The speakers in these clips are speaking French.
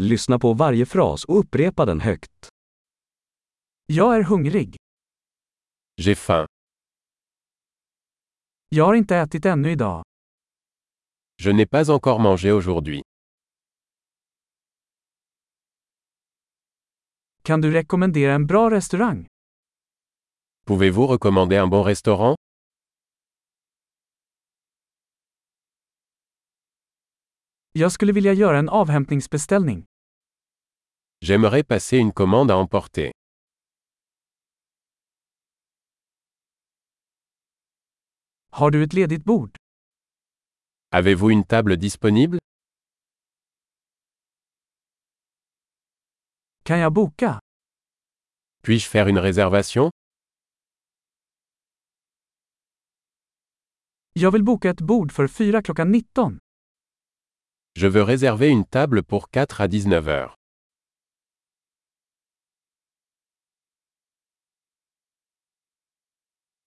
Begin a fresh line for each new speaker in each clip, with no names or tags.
Lyssna på varje fras och upprepa den högt.
Jag är hungrig.
J'ai faim.
Jag har inte ätit ännu idag.
Je n'ai pas encore mangé aujourd'hui.
Kan du rekommendera en bra restaurang?
Pouvez-vous recommander un bon restaurant
Jag skulle vilja göra en avhämtningsbeställning.
J'aimerais passer une commande à emporter.
Har du ett ledigt bord?
Avez-vous une table disponible
Kan jag boka?
Puis-je faire une réservation
Jag vill boka ett bord för fyra klockan 19.
Je veux réserver une table pour 4 à 19 heures.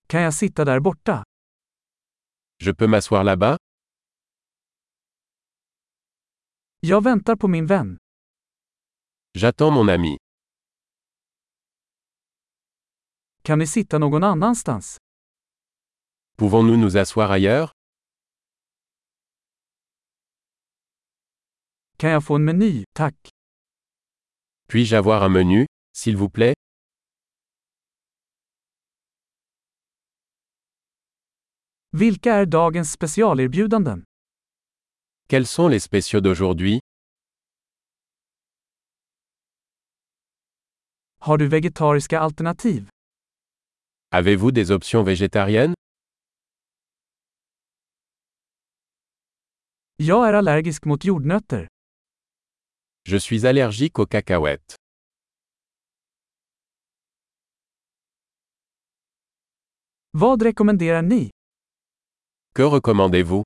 Kan jag sitta där borta?
Je peux m'asseoir là-bas
Jag väntar på min vän.
J'attends mon ami.
Kan vi sitta någon annanstans?
Pouvons-nous nous asseoir ailleurs
Kan jag få en meny, tack?
Puis-je avoir un menu, s'il vous plaît
Vilka är dagens specialerbjudanden?
Quels sont les spéciaux d'aujourd'hui
Har du vegetariska alternativ?
Avez-vous des options végétariennes
Jag är allergisk mot jordnötter.
Je suis allergique aux cacahuètes.
Vad rekommenderar ni?
Que recommandez-vous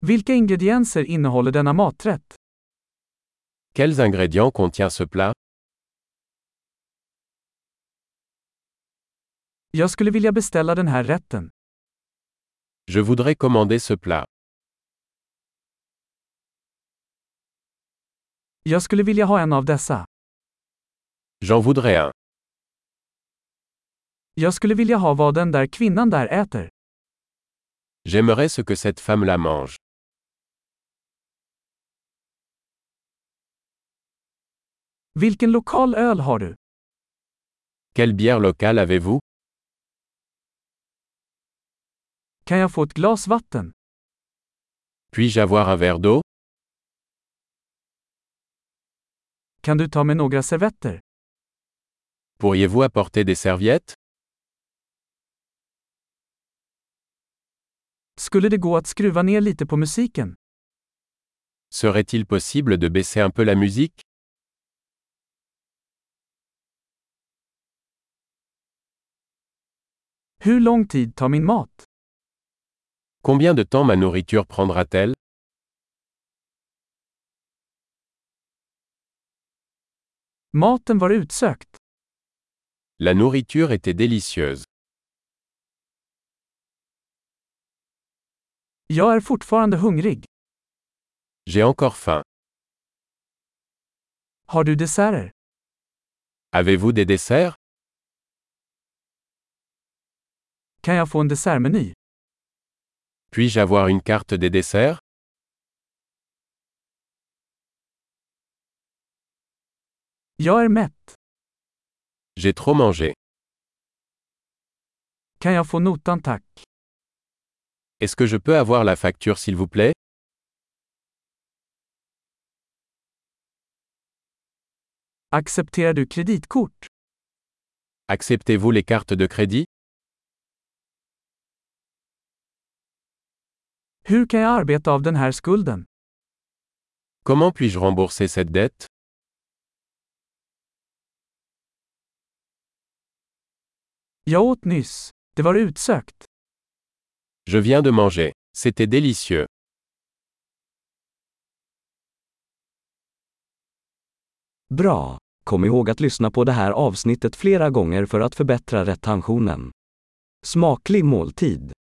Vilka ingredienser innehåller denna maträtt?
Quels ingrédients contient ce plat
Jag skulle vilja beställa den här rätten.
Je voudrais commander ce plat.
Jag skulle vilja ha en av dessa.
J'en voudrais un.
Jag skulle vilja ha vad den där kvinnan där äter.
J'aimerais ce que cette femme la mange.
Vilken lokal öl har du?
Quelle bière locale avez-vous
Kan jag få ett glas vatten?
Puis-je avoir un verre d'eau
Kan du ta med några servetter?
Pourriez-vous apporter des serviettes
Skulle det gå att skruva ner lite på musiken?
Serait-il possible de baisser un peu la musique
Hur lång tid tar min mat?
Combien de temps ma nourriture prendra-t-elle
Maten var utsökt.
La nourriture était délicieuse.
Jag är fortfarande hungrig.
J'ai encore faim.
Har du desserter?
Avez-vous des desserts
Kan jag få en dessertmeny?
Puis-je avoir une carte des desserts
Jag är mätt.
J'ai trop mangé.
Kan jag få notan tack?
Est-ce que je peux avoir la facture s'il vous plaît
Accepterar du kreditkort?
Acceptez-vous les cartes de crédit
Hur kan jag arbeta av den här skulden?
Comment puis-je rembourser cette dette
Jag åt nyss. Det var utsökt.
Je viens de manger. C'était délicieux.
Bra! Kom ihåg att lyssna på det här avsnittet flera gånger för att förbättra retentionen. Smaklig måltid!